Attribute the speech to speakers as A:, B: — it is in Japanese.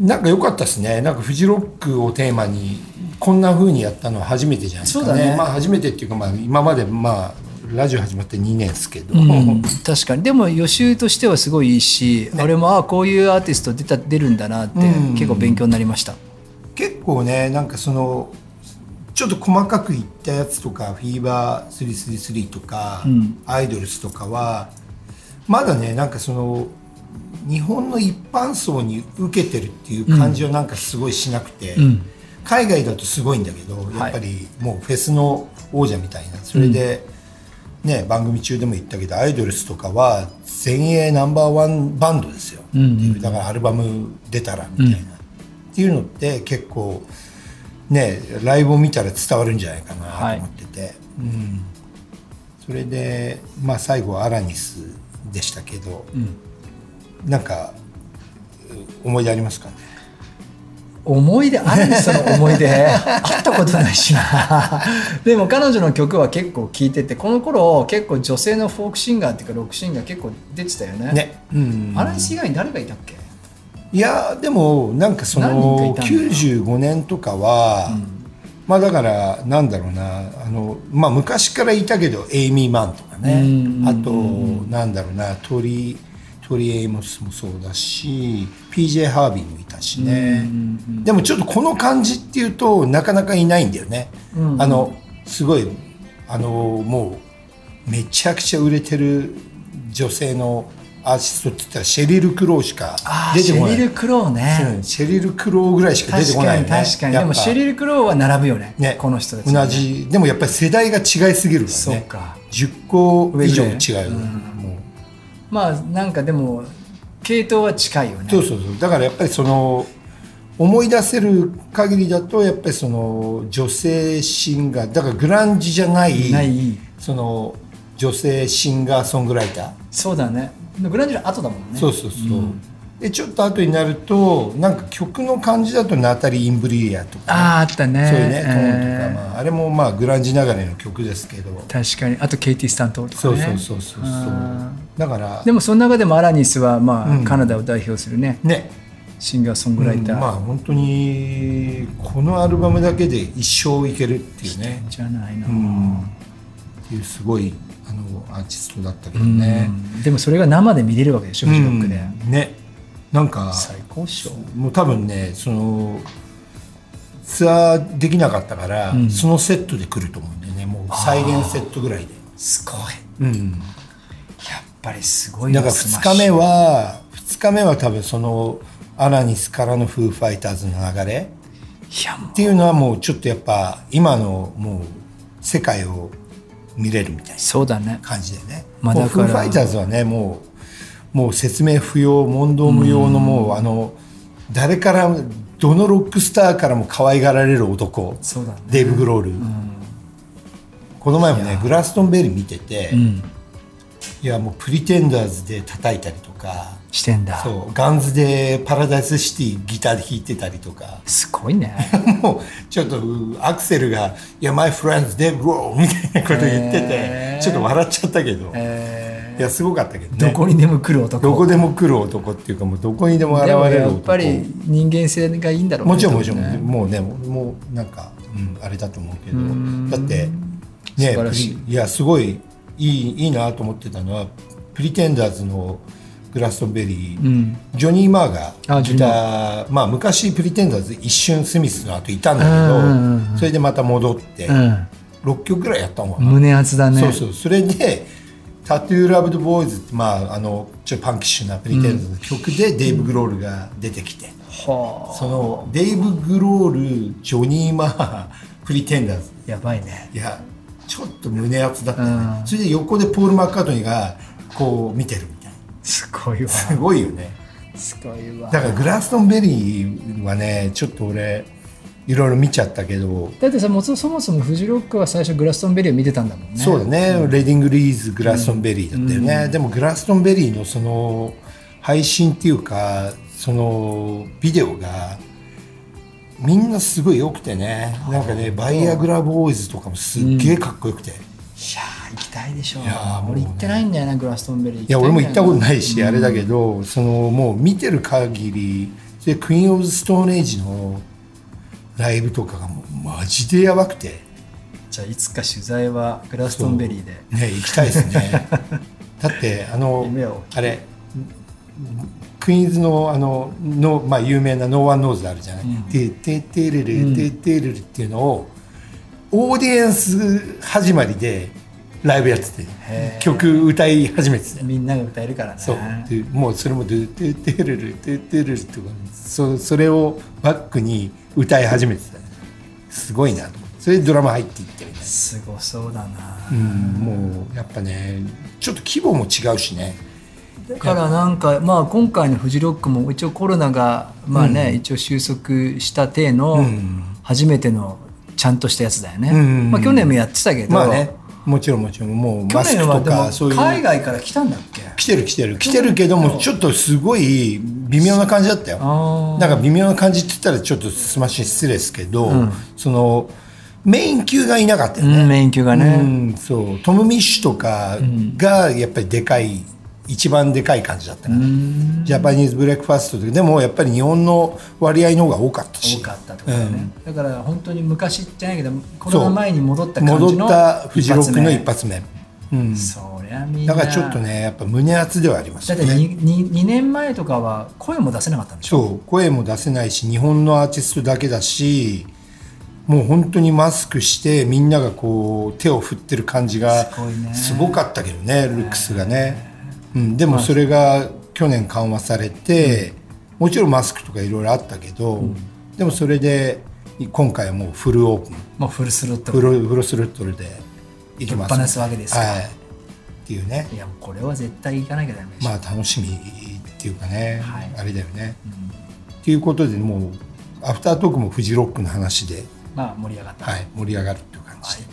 A: なんか良かったですね。なんかフジロックをテーマに、こんな風にやったのは初めてじゃないですか、ね。
B: そうだね
A: まあ初めてっていうか、まあ今まで、まあ、ラジオ始まって2年ですけど。
B: うん、確かにでも予習としてはすごいいいし、俺もああこういうアーティスト出た出るんだなって
A: うん
B: 結構勉強になりました、
A: 結構ね、なんかその、ちょっと細かくいったやつとか、フィーバー333とか、
B: うん
A: アイドルスとかは、まだね、なんかその、日本の一般層に受けてるっていう感じはなんかすごいしなくて、
B: うん
A: 海外だとすごいんだけど、やっぱりもうフェスの王者みたいなそれで、ね番組中でも言ったけどアイドルスとかは全英ナンバーワンバンドですよ、
B: うんうん
A: だからアルバム出たらみたいな、
B: うん
A: っていうのって結構ねライブを見たら伝わるんじゃないかなと思ってて、うん、それで、まあ、最後はアラニスでしたけど、なんかう思い出ありますかね
B: 思い出あるその思い出 会ったことないしな でも彼女の曲は結構聴いててこの頃結構女性のフォークシンガーっていうかロックシンガー結構出てたよね
A: ね、うん
B: アランス以外に誰がいたっけ
A: いやでもなんかそ
B: 何人かい
A: の
B: たんだよ
A: 95年とかは、まあだからなんだろうなあの、まあ、昔からいたけどエイミー・マンとかね、
B: うん
A: あとなんだろうなトリトリ・エイモスもそうだし PJ ・ハービーもいたしね、でもちょっとこの感じっていうとなかなかいないんだよね、
B: うんうん
A: あのすごいあのもうめちゃくちゃ売れてる女性のアーティストって言ったらシェリル・クローしか
B: ああ
A: 出て
B: シ
A: こな
B: ェリ
A: い
B: ル・クローね、
A: うんシェリル・クローぐらいしか出て
B: 確
A: こな
B: か
A: いよ
B: に
A: ね
B: 確かに
A: やっ
B: で
A: ぱ
B: もシェリル・クローは並ぶよね
A: ね
B: この人たち、ね、
A: 同じでもやっぱり世代が違いすぎるからね
B: そうか
A: 10個以上
B: 上ぐらい
A: 違うよね
B: うん
A: も
B: まあなんかでも系統は近いよね
A: うそうそうそうだからやっぱりその思い出せる限りだとやっぱりその女性シンガーだからグランジじゃない
B: ない
A: その女性シンガーソングライター、
B: そうだねグランジュラ後だもんね
A: そうそうそう、
B: ん
A: でちょっと後になるとなんか曲の感じだとナタリー・インブリエアとか
B: あああったね
A: そういうね、トーンとか、
B: えー
A: まあ、あれもまあグランジ流れの曲ですけど、
B: 確かにあとケイティ・スタントとか
A: そう
B: ね
A: そうそうそうそう
B: あ
A: だから
B: ーでもその中でもアラニスはまあ、
A: うん
B: カナダを代表するね
A: ね、
B: シンガーソングライター、
A: うんまあ本当にこのアルバムだけで一生いけるっていうね、
B: じゃないな、
A: うん、っていうすごいあのアーティストだったけどね、
B: うんでもそれが生で見れるわけでしょフジロックで、
A: うんねなんか
B: 最高っしょ
A: もう多分ねそのツアーできなかったから、
B: うん
A: そのセットで来ると思うんだよねもう再現セットぐらいで、
B: すごい
A: うん、
B: やっぱりすごい
A: だ
B: わ
A: から
B: スマ
A: 2
B: ッシュ
A: 日目は2日目は多分そのアラニスからのフーファイターズの流れ
B: いやもう
A: っていうのはもうちょっとやっぱ今のもう世界を見れるみたいな
B: そうだね
A: 感じでね、
B: まあ
A: もう
B: だから
A: フーファイターズはねもうもう説明不要問答無用のもうあの誰からどのロックスターからも可愛がられる男
B: そうだね
A: デーブ・グロール、この前もねグラストンベリー見てて、
B: うん
A: いやもうプリテンダーズで叩いたりとか
B: してんだ
A: そうガンズでパラダイスシティギターで弾いてたりとか
B: すごいね
A: もうちょっとうアクセルが「いや my friends they grow」みたいなこと言ってて
B: へー
A: ちょっと笑っちゃったけど、
B: え
A: いやすごかったけど
B: ー
A: ね
B: どこにでも来る男
A: どこでも来る男っていうかもうどこにでも現
B: で
A: れ
B: も
A: る
B: や
A: 男
B: っぱり人間性がいいんだろうね
A: もちろんもちろん、
B: 多分ね
A: もうねもうなんか、うん、あれだと思うけど
B: ん
A: だって
B: 素
A: ね
B: 晴らしい
A: プリいやすごいいいいいなと思ってたのはプリテンダーズのグラストンベリー、
B: うん
A: ジョニー・マーが
B: あジョ
A: ギ
B: ニー
A: ターまあ昔プリテンダーズ一瞬スミスの後いたんだけ
B: うんうんうんう
A: どそれでまた戻って6曲ぐらいやったのか
B: う
A: な、
B: ん、胸熱だね
A: そうそうそれで「タトゥー・ラブド・ボーイズ」ってまああのちょっとパンキッシュなプリテンダーズの曲でデイブ・グロールが出てきて、
B: は
A: そのデイブ・グロールジョニー・マープリテンダーズ
B: あやばいね
A: いやちょっと胸熱だったね、
B: うん
A: それで横でポール・マッカートニーがこう見てるみたいな
B: すごいわ
A: すごいよね
B: すごいわ
A: だからグラストンベリーはねちょっと俺いろいろ見ちゃったけど、
B: だってさもうそもそもフジロックは最初グラストンベリーを見てたんだもんね
A: そうだね、レディングリーズグラストンベリーだったよね、でもグラストンベリーのその配信っていうかそのビデオがみんなすごい良くてねなんかねバイアグラボーイズとかもすっげえかっこよくて、い
B: いやー行きたいでしょう
A: いやーもう
B: 俺
A: ね
B: 行ってないんだよなグラストンベリーい
A: や俺も行ったことないいし、あれだけどそのもう見てる限りでクイーン・オブ・ストーン・エイジのライブとかがもうマジでやばくて
B: じゃあいつか取材はグラストンベリーで
A: ね行きたいです ねだってあの
B: 夢を
A: あれクイーンズのあのの、まあ、有名な「ノーワンノーズ」あるじゃない
B: うん
A: 「てててれれ
B: うん
A: ててれれ」っていうのをオーディエンス始まりでライブやってて
B: へー
A: 曲歌い始めてて
B: みんなが歌えるからね
A: そうでもうそれも「てててれれててれれ」とかそそれをバックに歌い始めてたすごいなと思ってそれでドラマ入っていってみたいな
B: すごそうだな、
A: うんもうやっぱねちょっと規模も違うしね
B: だからなんか、まあ、今回のフジロックも一応コロナが、まあね一応収束した体の
A: ん
B: 初めてのちゃんとしたやつだよね、
A: うん
B: まあ、去年もやってたけど、
A: まあねもちろんもちろんもう
B: 去
A: マスク
B: 年は
A: と
B: で
A: かそうい
B: も
A: う
B: 海外から来たんだっけ
A: 来てる来てる来てるけどもちょっとすごい微妙な感じだったよ
B: あ
A: なんか微妙な感じって言ったらちょっとすまし失礼ですけど、そのメイン級がいなかったよ
B: あ、
A: ね、
B: うん、連休が
A: う
B: ね、
A: んそうトム・ミッシュとかがやっぱりでかい、一番でかい感じだったからジャパニーズ・ブレックファーストとかでもやっぱり日本の割合の方が多かったし
B: 多かったってことだよね、だから本当に昔じゃないけどコロナ前に戻った感じ
A: 戻
B: の
A: ったフジロックの一発目うん
B: そりゃみんな
A: だからちょっとねやっぱ胸熱ではありまし
B: だ
A: た
B: って
A: ね
B: 2, 2年前とかは声も出せなかったんでしょ
A: そう声も出せないし日本のアーティストだけだしもう本当にマスクしてみんながこう手を振ってる感じが
B: すごいね
A: すごかったけどねルックスがね、うん、でもそれが去年緩和されて、もちろんマスクとかいろいろあったけど、でもそれで今回はもうフルオープン
B: もうフルスロット
A: フルフルスロットルでいきます
B: ぶっ放すわけですか
A: はい、っていうね
B: いやもうこれは絶対行かなきゃダメでしょ、
A: まあ楽しみっていうかね、
B: はい
A: あれだよね。っていうことでもうアフタートークもフジロックの話で、
B: まあ、盛り上がった、
A: はい、盛り上がるっていう感じで、